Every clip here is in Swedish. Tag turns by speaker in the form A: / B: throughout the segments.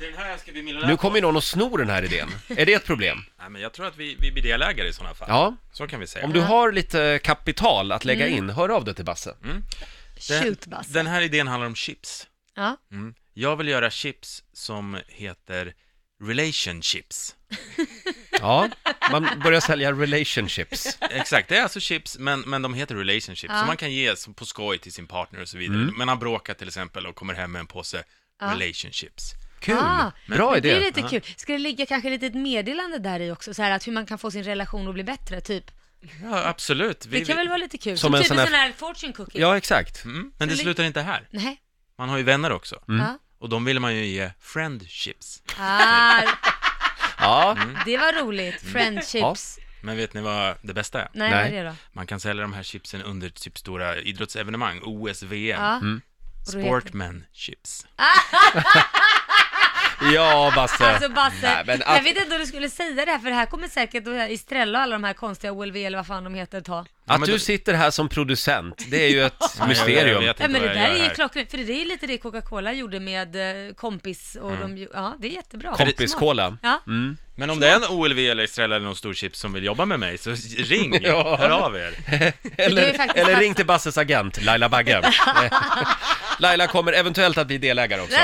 A: den här ska bli miljonär
B: Nu
A: på.
B: kommer ju någon och snor den här idén. Är det ett problem?
A: Nej, men jag tror att vi, vi blir delägare i sådana fall.
B: Ja.
A: Så kan vi säga.
B: Om du har lite kapital att
C: Mm.
B: lägga in, hör av dig till Basse.
A: Den-
C: Shoot, Basse.
A: Den här idén handlar om chips.
C: Ja.
A: Mm. Jag vill göra chips som heter relationships.
B: Ja, man börjar sälja relationships.
A: Exakt, det är alltså chips, men, men de heter relationships.
C: Ja.
A: Som man kan ge som på skoj till sin partner och så vidare.
B: Mm.
A: Men han bråkar till exempel och kommer hem med en påse relationships.
B: Kul!
C: Ah,
B: Bra
C: men Det är
B: idé!
C: lite kul. Ska det ligga kanske ett litet meddelande där i också, så här att hur man kan få sin relation att bli bättre, typ?
A: Ja, absolut.
C: Det kan väl vara lite kul?
B: Som
C: Som
B: en
C: typ
B: sån
C: en
B: här-
C: sån här fortune cookie.
B: Ja, exakt.
A: mm. Men det slutar inte här.
C: Nej.
A: Man har ju vänner också.
B: Mm.
C: Ja.
A: Och de vill man ju ge friendships.
C: Ah,
B: Ja,
C: det var roligt. Friendships.
A: Men vet ni vad det bästa är?
C: Nej,
B: Mm. Nej.
C: vad är det då?
A: Man kan sälja de här chipsen under typ stora idrottsevenemang, OS, VM.
C: Ja.
B: Mm.
C: Och då heter-
A: Sportman chips.
B: ja Basse.
C: Alltså Basse,
B: Nej, men
C: jag
B: att-
C: vet inte om du skulle säga det här för det här kommer säkert att Estrella och alla de här konstiga OLV eller vad fan de heter ta.
A: Ja,
B: Att
A: men
B: du
A: då-
B: sitter här som producent, det är ju ett
A: Nej, jag- jag vet
B: mysterium.
C: Ja
A: inte
C: men det
A: vad
C: där
A: jag
C: är
A: gör
C: ju
A: här.
C: klockrent, för det är lite det Coca-Cola gjorde med eh, kompis och
B: Mm.
C: de, ju- ja det är jättebra.
B: Kompiskola.
C: Ja,
A: Men om det är en OLV eller Estrella eller någon stor chips som vill jobba med mig, så ring!
B: Ja.
A: Hör av er!
C: Det är
B: Eller,
C: faktiskt
B: eller
C: Basse.
B: ring till Basses agent, Laila Bagge. Laila kommer eventuellt att bli delägare också.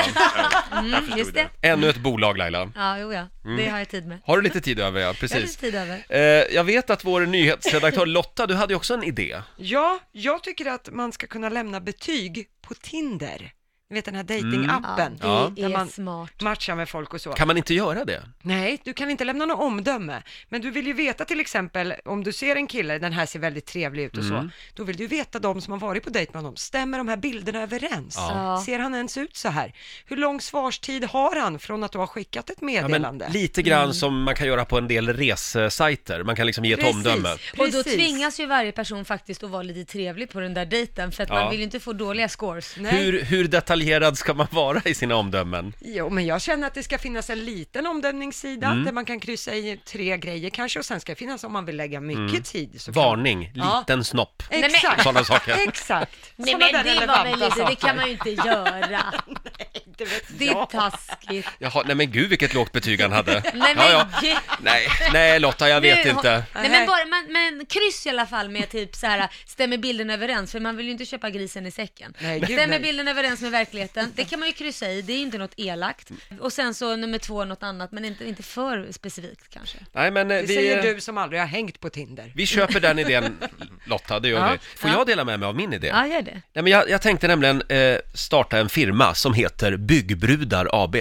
A: jag
C: mm,
A: förstod
C: just det.
B: Ännu ett bolag Laila.
C: Ja, jo, ja. Det har jag tid med.
B: Har du lite tid över ja,
C: Jag har lite
B: precis.
C: tid över.
B: Eh, jag vet att vår nyhetsredaktör Lotta, du hade ju också en idé.
D: Ja, jag tycker att man ska kunna lämna betyg på Tinder. Ni vet den här
B: Mm.
D: datingappen
C: Ja, det
D: där
C: är
D: man
C: smart.
D: matchar med folk och så.
B: Kan man inte göra det?
D: Nej, du kan inte lämna något omdöme. Men du vill ju veta till exempel om du ser en kille, den här ser väldigt trevlig ut och
B: Mm.
D: så. Då vill du veta de som har varit på dejt med honom. Stämmer de här bilderna överens?
C: Ja.
D: Ser han ens ut så här? Hur lång svarstid har han från att du har skickat ett
B: Ja,
D: meddelande?
B: men lite grann
D: Mm.
B: som man kan göra på en del resesajter. Man kan liksom ge ett
D: Precis.
B: omdöme.
C: Och då
D: Precis.
C: tvingas ju varje person faktiskt att vara lite trevlig på den där dejten för att
B: Ja.
C: man vill ju inte få dåliga scores.
D: Nej.
B: Hur, hur detaljerad ska man vara i sina omdömen?
D: Jo, men jag känner att det ska finnas en liten omdömningssida
B: Mm.
D: där man kan kryssa i tre grejer kanske och sen ska det finnas om man vill lägga mycket tid. Så
B: Mm. Varning,
D: Ja. Eh.
B: liten snopp.
C: men-
D: Exakt.
B: Sådana saker.
D: Exakt.
C: Nej
D: Sådana
C: men
D: där
C: det var
D: relevanta
C: väl lite, det
D: saker.
C: kan man ju inte göra.
D: Det vet
C: Det är
D: jag.
C: taskigt.
B: Jaha, nej men gud vilket lågt betyg han hade.
C: Nej men
B: Ja, ja.
C: gud.
B: Nej, nej Lotta, jag vet
C: Nu-
B: inte.
C: Nej, men, bara, men, men kryss i alla fall med typ så här, stämmer bilden överens? För man vill ju inte köpa grisen i säcken.
D: Nej, gud,
C: stämmer
D: nej.
C: bilden överens med verkligheten? Det kan man ju kryssa i, det är ju inte något elakt. Och sen så nummer två, något annat, men inte, inte för specifikt kanske.
B: Nej men eh,
D: Det
B: vi,
D: säger
B: eh,
D: du som aldrig har hängt på Tinder.
B: vi köper den idén Lotta, det gör
D: Ja.
B: vi. Får jag dela med mig av min idé?
C: Ja, gör det.
B: Nej men jag, jag tänkte nämligen eh, starta en firma som heter Byggbrudar AB.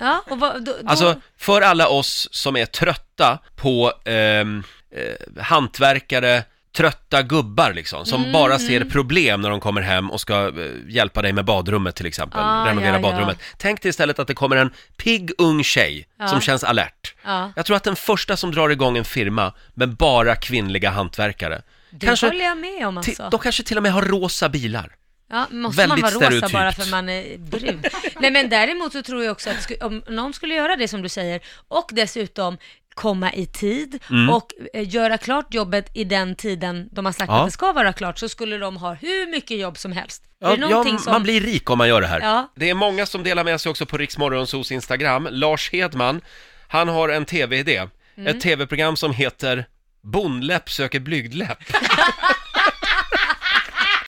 C: Ja, och vad, då, då,
B: Alltså, för alla oss som är trötta på ehm, eh, hantverkare, trötta gubbar liksom, som
C: Mm,
B: bara ser problem när de kommer hem och ska eh, hjälpa dig med badrummet till exempel,
C: Ah,
B: renovera
C: ja, ja.
B: badrummet. Tänk dig istället att det kommer en pigg ung tjej som känns alert.
C: Ja.
B: Jag tror att den första som drar igång en firma med bara kvinnliga hantverkare,
C: det håller jag med om
B: ti-
C: alltså.
B: de kanske till och med har rosa bilar.
C: Ja, måste
B: Väldigt
C: man vara rosa
B: stereotypt.
C: bara för man är brun? Nej men däremot så tror jag också att sku- om någon skulle göra det som du säger och dessutom komma i tid
B: Mm.
C: och eh, göra klart jobbet i den tiden de har sagt
B: Ja.
C: att det ska vara klart så skulle de ha hur mycket jobb som helst.
B: Ja,
C: är det någonting
B: ja,
C: som...
B: man blir rik om man gör det här.
C: Ja.
B: Det är många som delar med sig också på Riksmorgonsos Instagram. Lars Hedman, han har en
C: Mm.
B: tv-idé. Ett tv-program som heter Bonläpp söker blygdläpp.